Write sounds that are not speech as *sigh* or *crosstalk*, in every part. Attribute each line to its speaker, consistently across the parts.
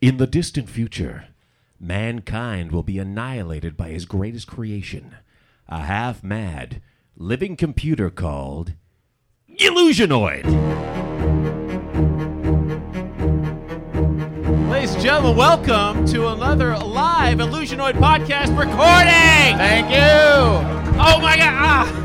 Speaker 1: In the distant future, mankind will be annihilated by his greatest creation a half mad, living computer called Illusionoid.
Speaker 2: Ladies and gentlemen, welcome to another live Illusionoid podcast recording. Thank you. Oh my God! Ah.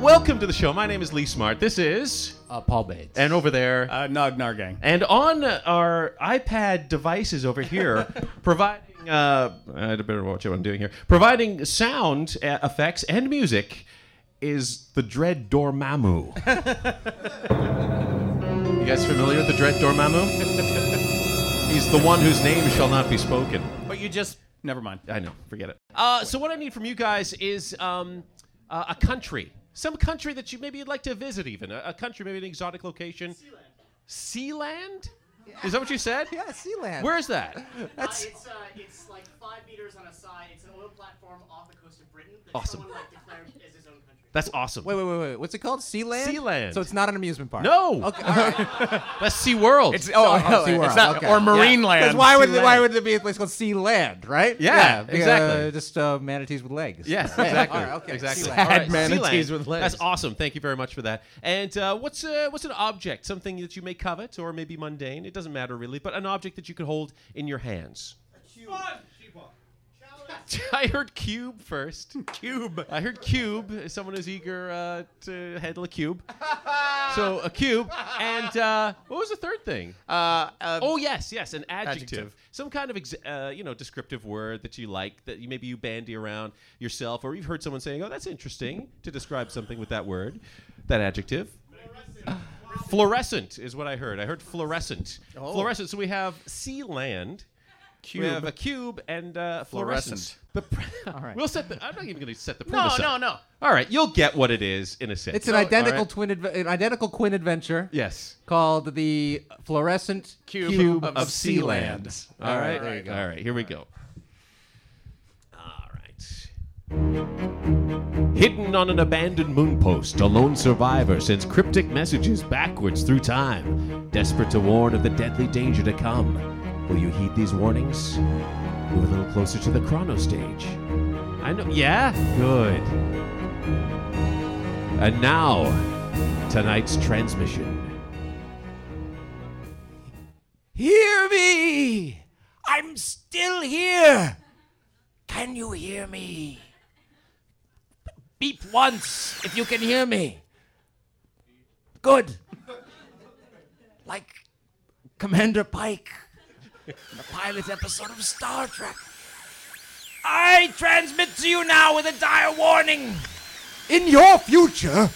Speaker 2: Welcome to the show. My name is Lee Smart. This is
Speaker 3: Uh, Paul Bates.
Speaker 2: and over there,
Speaker 3: uh, Nog Nargang.
Speaker 2: and on our iPad devices over here, providing uh, I had better watch what I'm doing here. Providing sound uh, effects and music is the Dread Dormammu. you guys familiar with the Dread Dormammu? He's the one whose name shall not be spoken.
Speaker 3: But you just never mind.
Speaker 2: I know. Forget it. Uh, so what I need from you guys is um, uh, a country, some country that you maybe you'd like to visit, even a, a country, maybe an exotic location. Sealand. Is that what you said?
Speaker 4: Yeah, Sealand.
Speaker 2: Where is
Speaker 4: *laughs*
Speaker 2: that?
Speaker 4: That's
Speaker 5: It's, uh, it's like five meters on a side. It's an oil platform off the coast of Britain that
Speaker 2: Awesome.
Speaker 5: someone like declared as his own country.
Speaker 2: That's awesome.
Speaker 4: wait, wait, wait, wait. What's it called? Sealand.
Speaker 2: Sealand.
Speaker 4: So it's not an amusement park.
Speaker 2: No.
Speaker 4: Okay. *laughs* All right.
Speaker 2: That's Sea World.
Speaker 4: It's oh, *laughs* oh, SeaWorld, okay.
Speaker 3: marine
Speaker 4: Because why would why would there be a place called Sealand, right?
Speaker 2: Yeah, exactly.
Speaker 4: Uh, just uh, manatees with legs.
Speaker 2: yes,
Speaker 4: Yeah,
Speaker 2: exactly.
Speaker 4: all right, okay.
Speaker 2: Exactly.
Speaker 4: Sealand.
Speaker 2: All right,
Speaker 3: Sad manatees
Speaker 2: Sealand.
Speaker 3: with legs.
Speaker 2: That's awesome. Thank you very much for that. And uh, what's uh, what's an object? Something that you may covet or maybe mundane. It doesn't matter really, but an object that you could hold in your hands. *laughs* I heard cube first.
Speaker 3: cube?
Speaker 2: I heard cube. Someone is eager uh, to handle a cube. so a cube. And uh, what was the third thing?
Speaker 3: Uh, uh,
Speaker 2: Oh yes, yes, an adjective,
Speaker 3: Adjective.
Speaker 2: some kind of ex- uh, you know descriptive word that you like that you maybe you bandy around yourself, or you've heard someone saying, "Oh, that's interesting," to describe something with that word, that adjective. Fluorescent is what I heard. I heard fluorescent. Fluorescent. So we have sea land.
Speaker 3: cube.
Speaker 2: We have a cube and uh, fluorescent. The *laughs* pre- We'll set. The, I'm not even going to set the
Speaker 3: no,
Speaker 2: premise.
Speaker 3: no,
Speaker 2: up.
Speaker 3: no.
Speaker 2: All right, you'll get what it is in a second.
Speaker 4: It's an
Speaker 2: No, all
Speaker 4: identical
Speaker 2: right.
Speaker 4: twin, adve- an identical Quinn adventure.
Speaker 2: yes.
Speaker 4: Called the fluorescent
Speaker 3: Cube of
Speaker 2: of sea
Speaker 4: Sealand.
Speaker 2: land. All right. There you go. All right. Here we go. All right. Hidden on an abandoned moon post, a lone survivor sends cryptic messages backwards through time, desperate to warn of the deadly danger to come. Will you heed these warnings? Move a little closer to the chrono stage. I know. Yeah? Good. And now, tonight's transmission.
Speaker 3: Hear me! I'm still here! Can you hear me? Beep once if you can hear me. Good. Like Commander Pike in the pilot episode of Star Trek. I transmit to you now with a dire warning.
Speaker 4: In your future,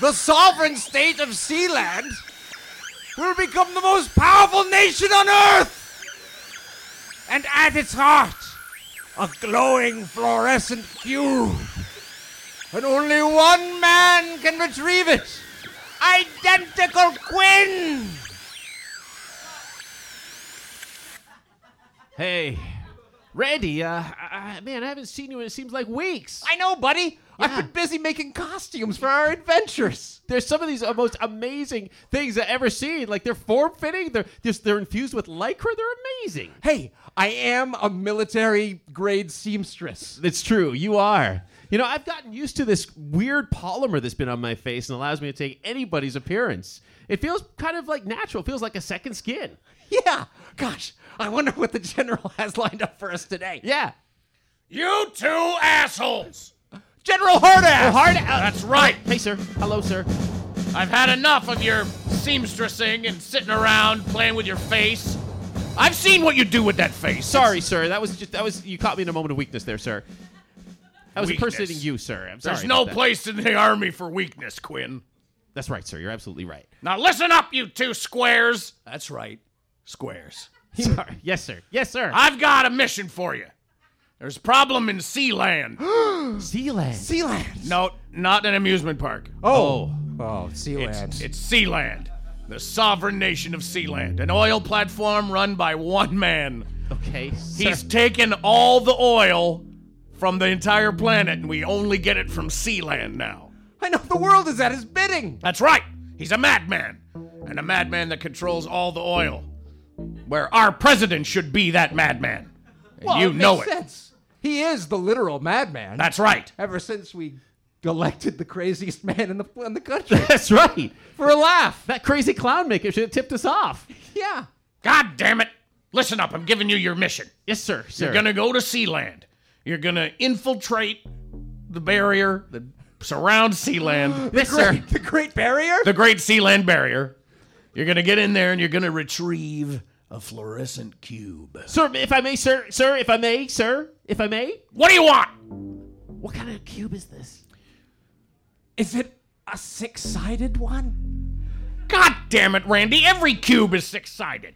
Speaker 3: The sovereign state of Sealand will become the most powerful nation on Earth! And at its heart, a glowing fluorescent cube. And only one man can retrieve it! Identical Quinn!
Speaker 2: Hey, Randy, uh, I, I- man, I haven't seen you in it seems like weeks.
Speaker 4: I know, buddy. I've
Speaker 2: Yeah.
Speaker 4: been busy making costumes for our adventures.
Speaker 2: There's some of these uh, most amazing things I've ever seen. Like they're form fitting, they're just they're infused with lycra. They're amazing.
Speaker 4: Hey, I am a military grade seamstress.
Speaker 2: It's true, you are. You know, I've gotten used to this weird polymer that's been on my face and allows me to take anybody's appearance. It feels kind of like natural. It feels like a second skin.
Speaker 4: Yeah. Gosh, I wonder what the general *laughs* has lined up for us today.
Speaker 2: Yeah.
Speaker 3: You two assholes!
Speaker 4: General Hardass.
Speaker 2: Hard out.
Speaker 3: That's right!
Speaker 2: Hey, sir. Hello, sir.
Speaker 3: I've had enough of your seamstressing and sitting around playing with your face. I've seen what you do with that face.
Speaker 2: Sorry, sir. That was just that was you caught me in a moment of weakness there, sir. I was
Speaker 3: Weakness.
Speaker 2: impersonating you, sir. I'm sorry.
Speaker 3: There's no
Speaker 2: about that.
Speaker 3: place in the army for weakness, Quinn.
Speaker 2: That's right, sir. You're absolutely right.
Speaker 3: Now listen up, you two squares. That's right, squares.
Speaker 2: Sorry. Yes, sir. Yes, sir.
Speaker 4: Ah,
Speaker 3: I've got a mission for you. There's a problem in Sealand.
Speaker 2: Sealand.
Speaker 4: Sealand.
Speaker 3: *gasps* no, not an amusement park.
Speaker 4: Oh. Oh, Sealand.
Speaker 3: It's, it's Sealand, the sovereign nation of Sealand, an oil platform run by one man.
Speaker 2: Okay. Sir.
Speaker 3: He's taken all the oil from the entire planet, and we only get it from Sealand now.
Speaker 4: I know the world is at his bidding.
Speaker 3: That's right. He's a madman. And a madman that controls all the oil. Where our president should be that madman. And you know it.
Speaker 4: Sense. He is the literal madman.
Speaker 3: That's right.
Speaker 4: Ever since we elected the craziest man in the in the country
Speaker 2: *laughs*
Speaker 4: *laughs*
Speaker 2: That's right.
Speaker 4: for a laugh.
Speaker 2: That crazy clown maker should have tipped us off.
Speaker 4: Yeah.
Speaker 3: God damn it. Listen up. I'm giving you your mission.
Speaker 2: Yes, sir. Sir.
Speaker 3: You're going to go to Sealand. You're going to infiltrate the barrier that surrounds Sealand.
Speaker 2: yes, sir.
Speaker 4: The Great Barrier.
Speaker 3: the Great Sealand Barrier. You're going to get in there and you're going to retrieve a fluorescent cube.
Speaker 2: Sir, if I may, sir, sir, if I may, sir, if I
Speaker 4: *laughs*
Speaker 2: may.
Speaker 3: What do you want?
Speaker 2: What kind of cube is this?
Speaker 4: Is it a six-sided one?
Speaker 3: God damn it, Randy. Every cube is six sided.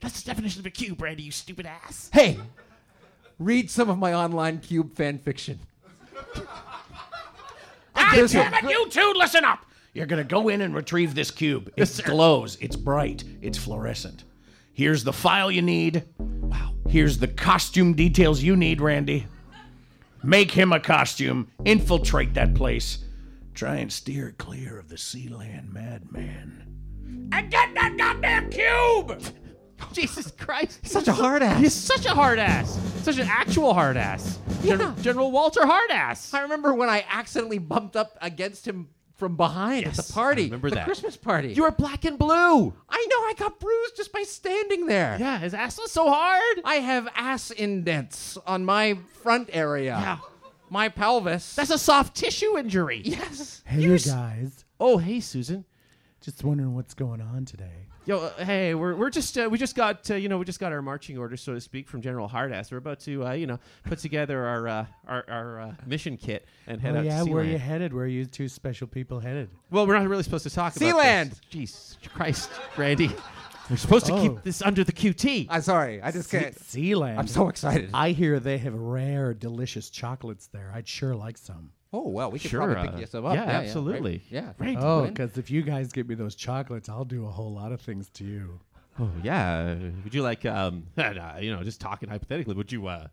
Speaker 2: That's the definition of a cube, Randy, you stupid ass.
Speaker 4: Hey, read some of my online cube fan fiction.
Speaker 3: God
Speaker 4: There's a
Speaker 3: damn it,
Speaker 4: good-
Speaker 3: you two, listen up. You're going to go in and retrieve this cube. It glows, it's bright, it's fluorescent. Here's the file you need. Wow. Here's the costume details you need, Randy. Make him a costume, infiltrate that place. Try and steer clear of the Sealand madman. And get that goddamn cube!
Speaker 2: Jesus Christ.
Speaker 4: Such a hard ass.
Speaker 2: He's such a hard ass. Such an actual hard ass. Gen-
Speaker 4: Yeah.
Speaker 2: General Walter Hardass.
Speaker 4: I remember when I accidentally bumped up against him from behind at
Speaker 2: Yes,
Speaker 4: the party.
Speaker 2: I remember
Speaker 4: the
Speaker 2: that.
Speaker 4: Christmas party.
Speaker 2: You were black and blue.
Speaker 4: I know I got bruised just by standing there.
Speaker 2: Yeah, his ass was so hard.
Speaker 4: I have ass indents on my front area.
Speaker 2: Yeah.
Speaker 4: My pelvis.
Speaker 2: That's a soft tissue injury.
Speaker 4: yes.
Speaker 6: Hey, you guys.
Speaker 2: Oh, hey, Susan.
Speaker 6: Just wondering what's going on today.
Speaker 2: Yo, uh, hey, we're, we're just uh, we just got uh, you know we just got our marching orders so to speak from General Hardass. We're about to uh, you know put together our uh, our, our uh, mission kit and head
Speaker 6: Oh,
Speaker 2: out
Speaker 6: yeah,
Speaker 2: to
Speaker 6: where you
Speaker 2: Sealand.
Speaker 6: headed? Where you two special people headed?
Speaker 2: well, we're not really supposed to talk about
Speaker 4: Sealand!
Speaker 2: this. Jesus Christ, Randy. We're supposed to
Speaker 6: Oh.
Speaker 2: keep this under the QT.
Speaker 4: I'm sorry. I just can't.
Speaker 6: Sealand.
Speaker 4: I'm so excited.
Speaker 6: I hear they have rare, delicious chocolates there. I'd sure like some.
Speaker 4: oh, well, we could
Speaker 2: Sure,
Speaker 4: probably pick
Speaker 2: uh,
Speaker 4: you some up.
Speaker 2: yeah, absolutely.
Speaker 4: right? Yeah.
Speaker 2: Randy,
Speaker 6: Oh,
Speaker 4: in.
Speaker 6: because if you guys give me those chocolates, I'll do a whole lot of things to you.
Speaker 2: Oh yeah. Would you like um *laughs* uh, you know just talking hypothetically? Would you uh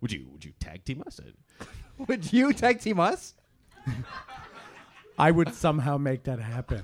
Speaker 2: would you would you tag team us?
Speaker 4: Would you tag team us?
Speaker 6: I would somehow make that happen.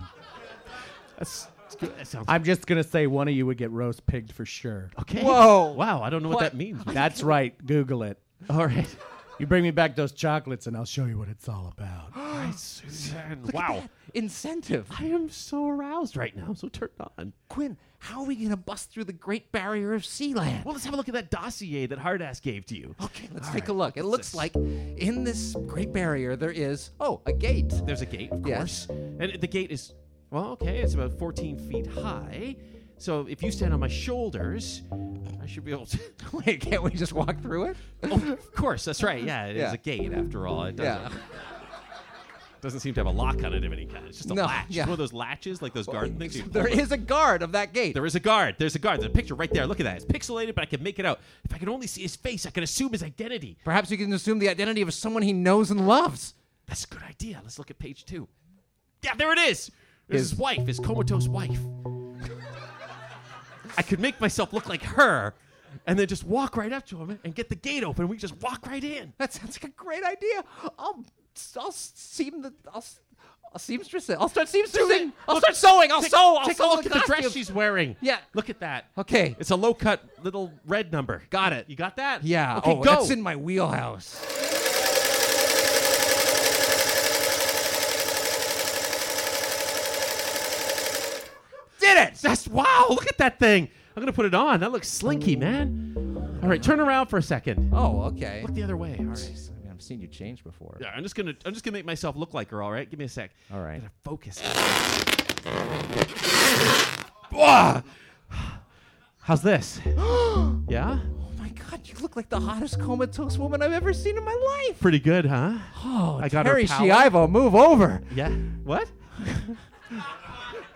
Speaker 2: That's, that's good. That sounds
Speaker 6: I'm just gonna say one of you would get roast pigged for sure.
Speaker 2: okay.
Speaker 4: Whoa.
Speaker 2: Wow. I don't know what, that *gasps*
Speaker 4: Oh
Speaker 2: means.
Speaker 6: *laughs* That's right. Google it.
Speaker 2: all right.
Speaker 6: You bring me back those chocolates, and I'll show you what it's all about.
Speaker 2: Susan, wow.
Speaker 4: Incentive.
Speaker 2: I am so aroused right now. I'm so turned on.
Speaker 4: Quinn, how are we going to bust through the Great Barrier of Sealand?
Speaker 2: Well, let's have a look at that dossier that Hardass gave to you.
Speaker 4: Okay, let's take a look. It looks like in this Great Barrier there is, oh, a gate.
Speaker 2: There's a gate, of course.
Speaker 4: Yes.
Speaker 2: And the gate is, well, okay, it's about 14 feet high. So if you stand on my shoulders, I should be able to. *laughs*
Speaker 4: Wait, *laughs* can't we just walk through it?
Speaker 2: oh, of course, that's right. Yeah, it is
Speaker 4: Yeah.
Speaker 2: a gate after all. It
Speaker 4: Yeah.
Speaker 2: doesn't, doesn't seem to have a lock on it of any kind. It's just a
Speaker 4: No,
Speaker 2: latch. It's
Speaker 4: yeah.
Speaker 2: one of those latches, like those garden things. you
Speaker 4: *laughs* There
Speaker 2: pull it.
Speaker 4: is a guard of that gate.
Speaker 2: *laughs* There is a guard. There's a guard. There's a picture right there. Look at that. It's pixelated, but I can make it out. If I can only see his face, I can assume his identity.
Speaker 4: Perhaps you can assume the identity of someone he knows and loves.
Speaker 2: That's a good idea. Let's look at page two. Yeah, there it is. There's his, wife, his comatose wife. I could make myself look like her and then just walk right up to him and get the gate open. and We just walk right in.
Speaker 4: That sounds like a great idea. I'll, I'll seam the, I'll, s- I'll seamstress it. I'll start seamstressing. I'll
Speaker 2: Look,
Speaker 4: start sewing. I'll
Speaker 2: take,
Speaker 4: sew. I'll
Speaker 2: Take
Speaker 4: sew
Speaker 2: a look at the dress
Speaker 4: costumes.
Speaker 2: she's wearing.
Speaker 4: Yeah.
Speaker 2: Look at that.
Speaker 4: Okay.
Speaker 2: It's a low cut little red number.
Speaker 4: Got it.
Speaker 2: You got that?
Speaker 4: yeah.
Speaker 2: Okay,
Speaker 4: oh,
Speaker 2: go.
Speaker 4: that's in my wheelhouse. Did it!
Speaker 2: *laughs* That's wow. Look at that thing. I'm going to put it on. That looks slinky, man. All right, turn around for a second.
Speaker 4: Oh, okay.
Speaker 2: Look the other way. All right.
Speaker 4: I mean, I've seen you change before.
Speaker 2: Yeah, I'm just gonna I'm just gonna make myself look like her. All right, give me a sec.
Speaker 4: All right.
Speaker 2: I'm gonna focus. Wah! How's this? yeah,
Speaker 4: Oh my god, you look like the hottest comatose woman I've ever seen in my life.
Speaker 2: pretty good, huh?
Speaker 4: Oh,
Speaker 2: I got her
Speaker 4: Harry
Speaker 2: palette.
Speaker 4: Shiivo, move over.
Speaker 2: Yeah. What?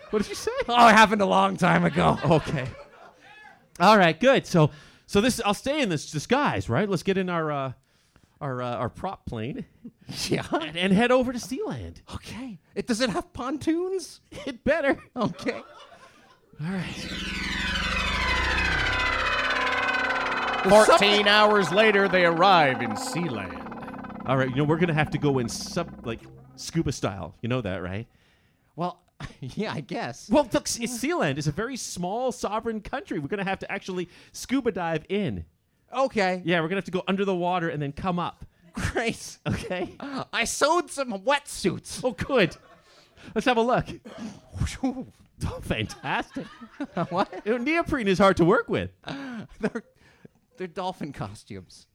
Speaker 2: What did you say?
Speaker 4: Oh, it happened a long time ago.
Speaker 2: Okay. All right, good. So so this I'll stay in this disguise, right? Let's get in our uh our uh, our prop plane
Speaker 4: *laughs* Yeah.
Speaker 2: and, and head over to Sealand.
Speaker 4: Okay. It does it have pontoons? *laughs*
Speaker 2: It better.
Speaker 4: Okay.
Speaker 2: All right.
Speaker 7: Fourteen hours later, they arrive in Sealand.
Speaker 2: All right, you know we're going to have to go in sub like scuba style. You know that, right?
Speaker 4: *laughs* Well, *laughs* yeah, I guess.
Speaker 2: Well, look, s- it's Sealand. It's a very small sovereign country. We're going to have to actually scuba dive in.
Speaker 4: Okay.
Speaker 2: Yeah, we're going to have to go under the water and then come up.
Speaker 4: Great.
Speaker 2: Okay?
Speaker 4: I sewed some wetsuits.
Speaker 2: Oh, good. Let's have a look. *laughs* Oh, fantastic.
Speaker 4: what?
Speaker 2: You know, neoprene is hard to work with.
Speaker 4: They're, they're dolphin costumes.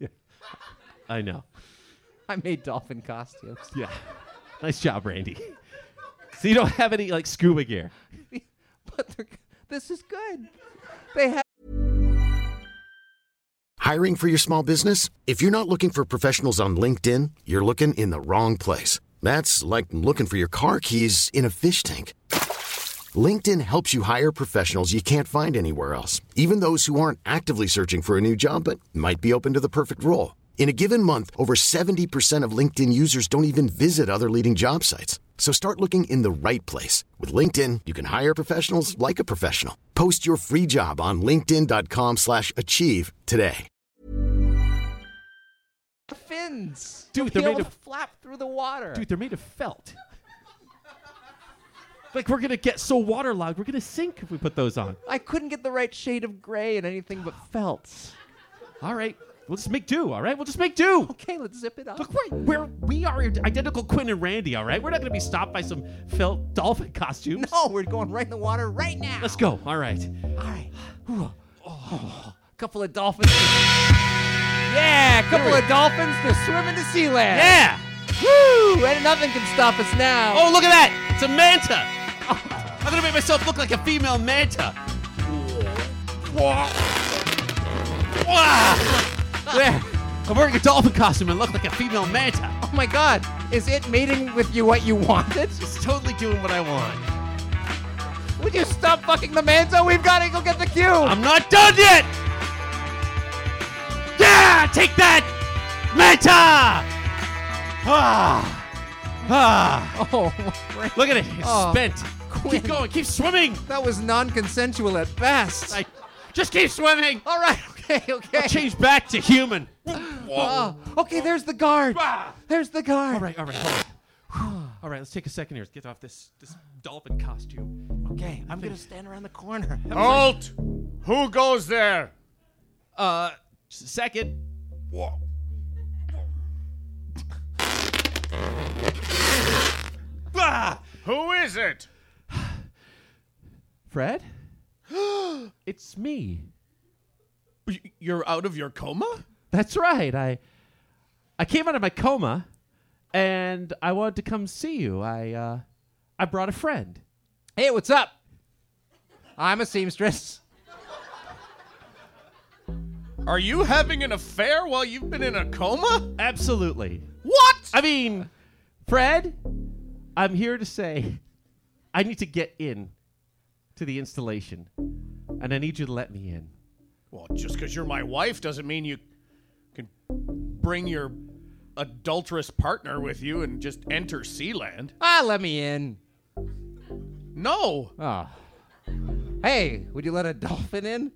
Speaker 2: I know.
Speaker 4: I made dolphin costumes. *laughs*
Speaker 2: Yeah. Nice job, Randy. So you don't have any like scuba gear.
Speaker 4: but they're, this is good. They have.
Speaker 8: Hiring for your small business? If you're not looking for professionals on LinkedIn, you're looking in the wrong place. That's like looking for your car keys in a fish tank. LinkedIn helps you hire professionals you can't find anywhere else, even those who aren't actively searching for a new job but might be open to the perfect role. In a given month, over 70% of LinkedIn users don't even visit other leading job sites. So start looking in the right place. With LinkedIn, you can hire professionals like a professional. Post your free job on linkedin.com/achieve slash achieve today.
Speaker 4: fins.
Speaker 2: Dude,
Speaker 4: You'll
Speaker 2: they're
Speaker 4: be
Speaker 2: made
Speaker 4: able
Speaker 2: of-
Speaker 4: to flap through the water.
Speaker 2: Dude, they're made of felt. like we're gonna get so waterlogged, we're gonna sink if we put those on.
Speaker 4: I couldn't get the right shade of gray in anything but
Speaker 2: *gasps*
Speaker 4: felt.
Speaker 2: All right. We'll just make do, all right? We'll just make do.
Speaker 4: Okay, let's zip it up.
Speaker 2: Look, we're, we're we are identical Quinn and Randy, all right? We're not gonna be stopped by some felt dolphin costumes.
Speaker 4: *laughs* No, we're going right in the water right now.
Speaker 2: Let's go. All right.
Speaker 4: All right. Ooh. Oh. Couple of dolphins. Yeah, couple of dolphins. They're swimming to sea land.
Speaker 2: Yeah.
Speaker 4: Woo! And nothing can stop us now.
Speaker 2: Oh, look at that! It's a manta! Oh, *laughs* I'm gonna make myself look like a female manta. *laughs* Wow. There. I'm wearing a dolphin costume and look like a female manta.
Speaker 4: Oh my God! Is it mating with you what you wanted?
Speaker 2: It's totally doing what I want.
Speaker 4: Would you stop fucking the manzo? We've got to go get the cue.
Speaker 2: I'm not done yet! Yeah! Take that! Manta! Ah! Ah!
Speaker 4: oh, my
Speaker 2: Look at it. It's
Speaker 4: Oh,
Speaker 2: spent.
Speaker 4: Quinn.
Speaker 2: Keep going. Keep swimming.
Speaker 4: That was non-consensual at best.
Speaker 2: Like, just keep swimming.
Speaker 4: All *laughs* right, okay, okay.
Speaker 2: I'll change back to human.
Speaker 4: Oh, okay, there's the guard.
Speaker 2: Ah.
Speaker 4: There's the guard.
Speaker 2: All right, all right, hold on. all right. Let's take a second here. Let's get off this this dolphin costume.
Speaker 4: Okay, I'm gonna stand around the corner.
Speaker 7: Alt, who goes there?
Speaker 2: Uh, just a second. Whoa. ah,
Speaker 7: Who is it?
Speaker 2: *gasps* Fred, it's me.
Speaker 3: You're out of your coma?
Speaker 2: That's right. I I came out of my coma, and I wanted to come see you. I uh, I brought a friend.
Speaker 4: Hey, what's up? I'm a seamstress.
Speaker 7: Are you having an affair while you've been in a coma?
Speaker 2: Absolutely.
Speaker 7: What?
Speaker 2: I mean, Fred, I'm here to say I need to get in to the installation, and I need you to let me in.
Speaker 7: Well, just because you're my wife doesn't mean you can bring your adulterous partner with you and just enter Sealand.
Speaker 4: Ah, let me in.
Speaker 7: No.
Speaker 4: Ah. Hey, would you let a dolphin in?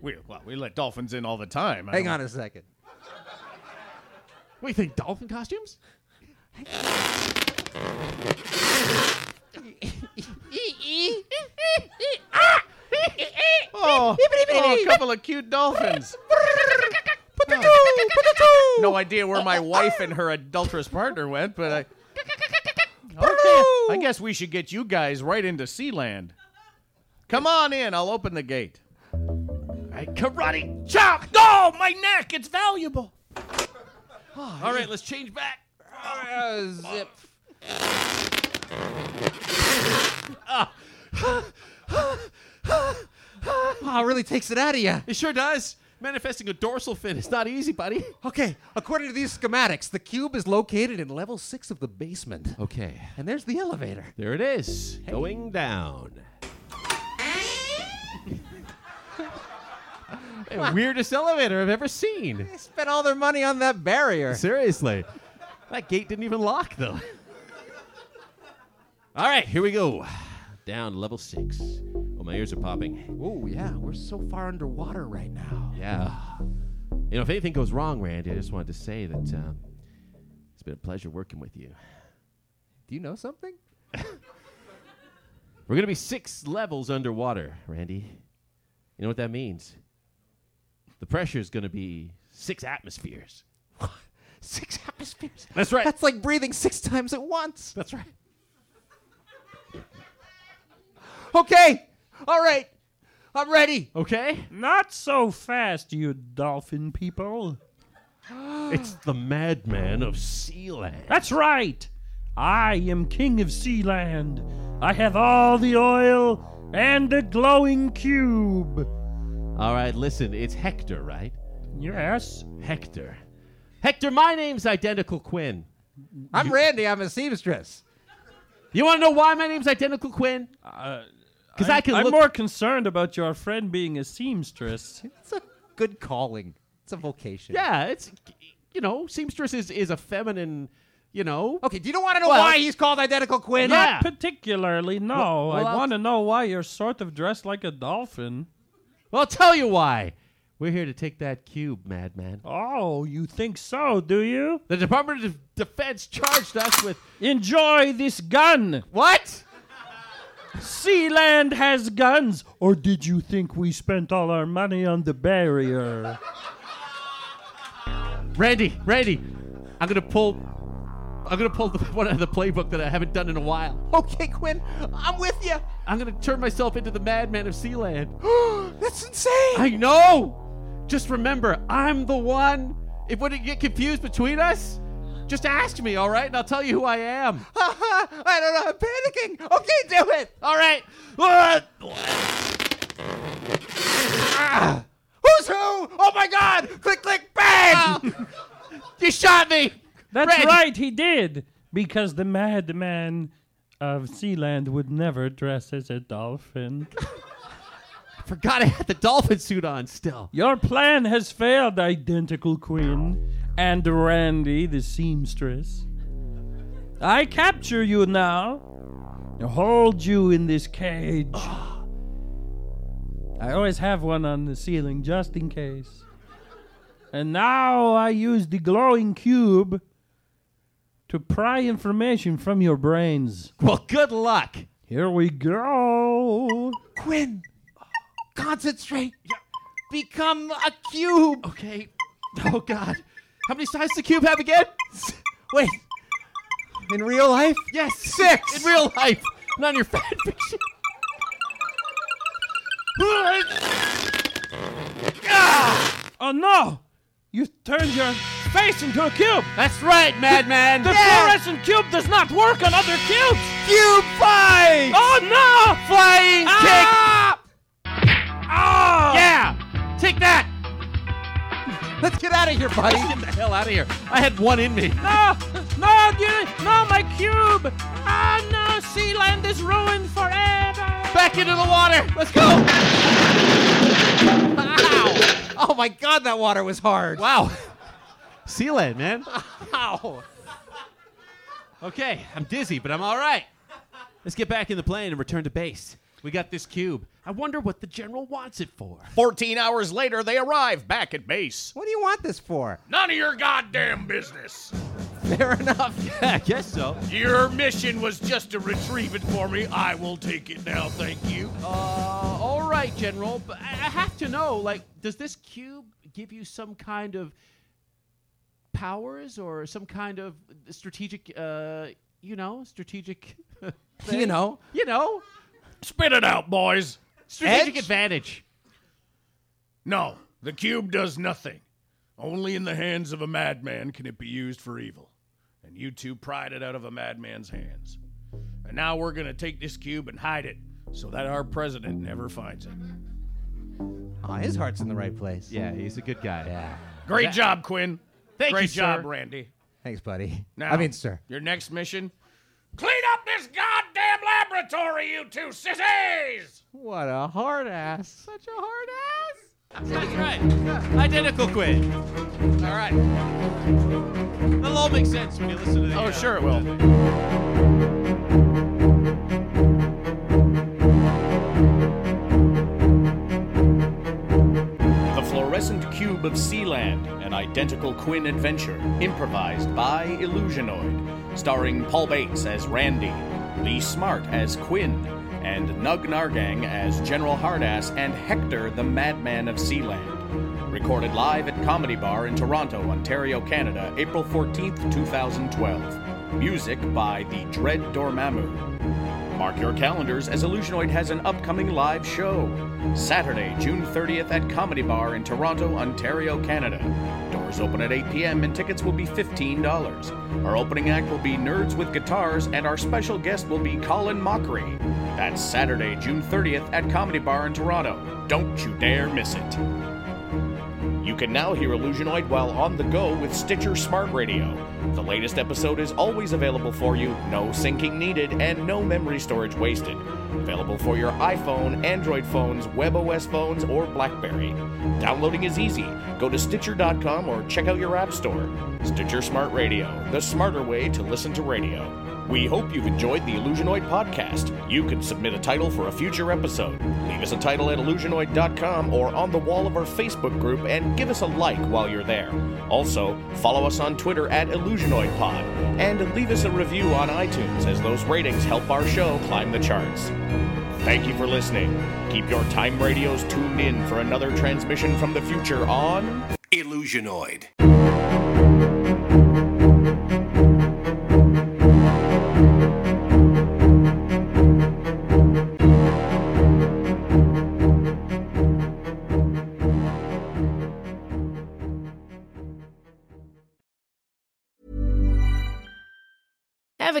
Speaker 7: We, well, we let dolphins in all the time. I
Speaker 4: Hang
Speaker 7: don't-
Speaker 4: on a second.
Speaker 2: What do you think, dolphin costumes?
Speaker 7: Oh, oh, a couple of cute dolphins. Oh. No idea where my wife and her adulterous partner went, but
Speaker 3: *laughs*
Speaker 7: I. Okay, I guess we should get you guys right into Sealand. Come on in. I'll open the gate.
Speaker 2: All right, karate.
Speaker 7: Chop! Oh, my neck! It's valuable. Ah,
Speaker 2: All right, let's change back.
Speaker 4: Ah, zip. *laughs* Ah, *laughs* really takes it out of you.
Speaker 2: It sure does. Manifesting a dorsal fin is not easy, buddy.
Speaker 4: Okay, according to these schematics, the cube is located in level six of the basement.
Speaker 2: Okay.
Speaker 4: And there's the elevator.
Speaker 2: There it is. Going *laughs* down. Weirdest elevator I've ever seen.
Speaker 4: They spent all their money on that barrier.
Speaker 2: Seriously. That gate didn't even lock, though. All right, here we go. Down to level six. Oh, my ears are popping.
Speaker 4: Oh, yeah, we're so far underwater right now.
Speaker 2: Yeah. You know, if anything goes wrong, Randy, I just wanted to say that um, it's been a pleasure working with you.
Speaker 4: Do you know something?
Speaker 2: We're going to be six levels underwater, Randy. You know what that means? The pressure is going to be six atmospheres.
Speaker 4: Six atmospheres.
Speaker 2: That's right.
Speaker 4: That's like breathing six times at once.
Speaker 2: That's right.
Speaker 4: Okay, all right, I'm ready.
Speaker 2: Okay?
Speaker 9: Not so fast, you dolphin people.
Speaker 2: It's the madman of Sealand.
Speaker 9: That's right. I am king of Sealand. I have all the oil and a glowing cube.
Speaker 2: All right, listen, it's Hector, right?
Speaker 9: Yes.
Speaker 2: Hector. Hector, my name's Identical Quinn.
Speaker 4: I'm Randy, I'm a seamstress.
Speaker 2: You want to know why my name's Identical Quinn? Because I can
Speaker 9: Uh, I'm
Speaker 2: look.
Speaker 9: more concerned about your friend being a seamstress.
Speaker 4: It's a good calling, it's a vocation.
Speaker 2: yeah, it's you know, seamstress is is a feminine, you know.
Speaker 4: Okay, do you want to know
Speaker 2: Well-
Speaker 4: why he's called identical Quinn?
Speaker 2: Yeah.
Speaker 9: Not particularly, no.
Speaker 2: well,
Speaker 9: I
Speaker 2: I'll-
Speaker 9: want to know why you're sort of dressed like a dolphin.
Speaker 2: Well, I'll tell you why. We're here to take that cube, madman.
Speaker 9: *gasps* Oh, you think so, do you?
Speaker 2: The Department of Defense charged us with
Speaker 9: Enjoy this gun.
Speaker 2: what?
Speaker 9: Sealand has guns. Or did you think we spent all our money on the barrier?
Speaker 2: Randy, Randy, I'm gonna pull. I'm gonna pull the, *laughs* one out of the playbook that I haven't done in a while.
Speaker 4: Okay, Quinn, I'm with you.
Speaker 2: I'm gonna turn myself into the madman of Sealand. *gasps*
Speaker 4: That's insane.
Speaker 2: I know. Just remember, I'm the one. If when you get confused between us, just ask me, all right, and I'll tell you who I am.
Speaker 4: *laughs* I don't know. I'm panicking. Okay, do it.
Speaker 2: All right. Ah!
Speaker 4: *laughs* Who's who? Oh my God! Click, click, bang!
Speaker 2: You shot me.
Speaker 9: That's
Speaker 2: Randy.
Speaker 9: right, he did. Because the madman of Sealand would never dress as a dolphin.
Speaker 2: Forgot I had the dolphin suit on still.
Speaker 9: Your plan has failed, Identical Quinn and Randy the seamstress. I capture you now. I hold you in this cage. I always have one on the ceiling just in case. And now I use the glowing cube to pry information from your brains.
Speaker 2: Well, good luck.
Speaker 9: Here we go.
Speaker 4: Quinn, concentrate. Become a cube.
Speaker 2: Okay. Oh God. How many sides does the cube have again?
Speaker 4: Wait. In real life?
Speaker 2: Yes, six in real life, not in your fan fiction.
Speaker 9: Oh no! You turned your face into a cube!
Speaker 2: That's right, madman.
Speaker 9: The fluorescent cube does not work on other cubes!
Speaker 4: Cube fight!
Speaker 9: Oh no!
Speaker 2: flying
Speaker 9: Ah!
Speaker 2: kick. Yeah. Take that.
Speaker 4: Let's get out of here, buddy.
Speaker 2: Get the hell out of here. I had one in me.
Speaker 9: No! No, you, no, my cube! Ah no! Sealand is ruined forever!
Speaker 2: Back into the water. Let's go.
Speaker 4: Ow. Oh my God, that water was hard.
Speaker 2: Wow. Sealand, man.
Speaker 4: Wow.
Speaker 2: Okay, I'm dizzy, but I'm all right. Let's get back in the plane and return to base. We got this cube. I wonder what the general wants it for.
Speaker 7: 14 hours later, they arrive back at base.
Speaker 4: What do you want this for?
Speaker 7: None of your goddamn business.
Speaker 4: Fair enough.
Speaker 2: Yeah, I guess so.
Speaker 7: Your mission was just to retrieve it for me. I will take it now, thank you.
Speaker 2: Uh, all right, General. But I, I have to know, like, does this cube give you some kind of powers or some kind of strategic, uh, you know, strategic, *laughs*
Speaker 4: You know,
Speaker 2: you know,
Speaker 7: Spit it out, boys.
Speaker 2: strategic
Speaker 4: Edge?
Speaker 2: advantage?
Speaker 7: No, the cube does nothing. Only in the hands of a madman can it be used for evil. And you two pried it out of a madman's hands. And now we're going to take this cube and hide it so that our president never finds it.
Speaker 4: Aw, Oh, his heart's in the right place.
Speaker 2: Yeah, he's a good guy.
Speaker 4: Yeah.
Speaker 10: Great
Speaker 4: Yeah.
Speaker 10: job, Quinn.
Speaker 4: Thank
Speaker 10: Great
Speaker 4: you,
Speaker 10: job,
Speaker 4: sir.
Speaker 10: Randy.
Speaker 4: Thanks, buddy.
Speaker 10: Now,
Speaker 4: I mean, sir.
Speaker 10: Your next mission: clean up this goddamn laboratory, you two sissies.
Speaker 4: What a hard ass. Such a hard
Speaker 10: ass.
Speaker 11: That's right. Identical Quinn.
Speaker 10: All right.
Speaker 11: It'll all make sense when you listen to the.
Speaker 10: Oh,
Speaker 11: uh,
Speaker 10: sure it will.
Speaker 3: The Fluorescent Cube of Sealand, an identical Quinn adventure, improvised by Illusionoid, starring Paul Bates as Randy, Lee Smart as Quinn, and Nug Nargang as General Hardass and Hector the Madman of Sealand. Recorded live at Comedy Bar in Toronto, Ontario, Canada, April 14th, 2012. Music by the Dread Dormammu. Mark your calendars as Illusionoid has an upcoming live show. Saturday, June 30th at Comedy Bar in Toronto, Ontario, Canada. Doors open at 8 p.m. and tickets will be $15. Our opening act will be Nerds with Guitars and our special guest will be Colin Mockery. That's Saturday, June 30th at Comedy Bar in Toronto. Don't you dare miss it. You can now hear Illusionoid while on the go with Stitcher Smart Radio. The latest episode is always available for you, no syncing needed, and no memory storage wasted. Available for your iPhone, Android phones, WebOS phones, or Blackberry. Downloading is easy. Go to Stitcher.com or check out your App Store. Stitcher Smart Radio, the smarter way to listen to radio. We hope you've enjoyed the Illusionoid podcast. You can submit a title for a future episode. Leave us a title at illusionoid.com or on the wall of our Facebook group and give us a like while you're there. Also, follow us on Twitter at IllusionoidPod and leave us a review on iTunes as those ratings help our show climb the charts. Thank you for listening. Keep your time radios tuned in for another transmission from the future on Illusionoid.
Speaker 12: Ever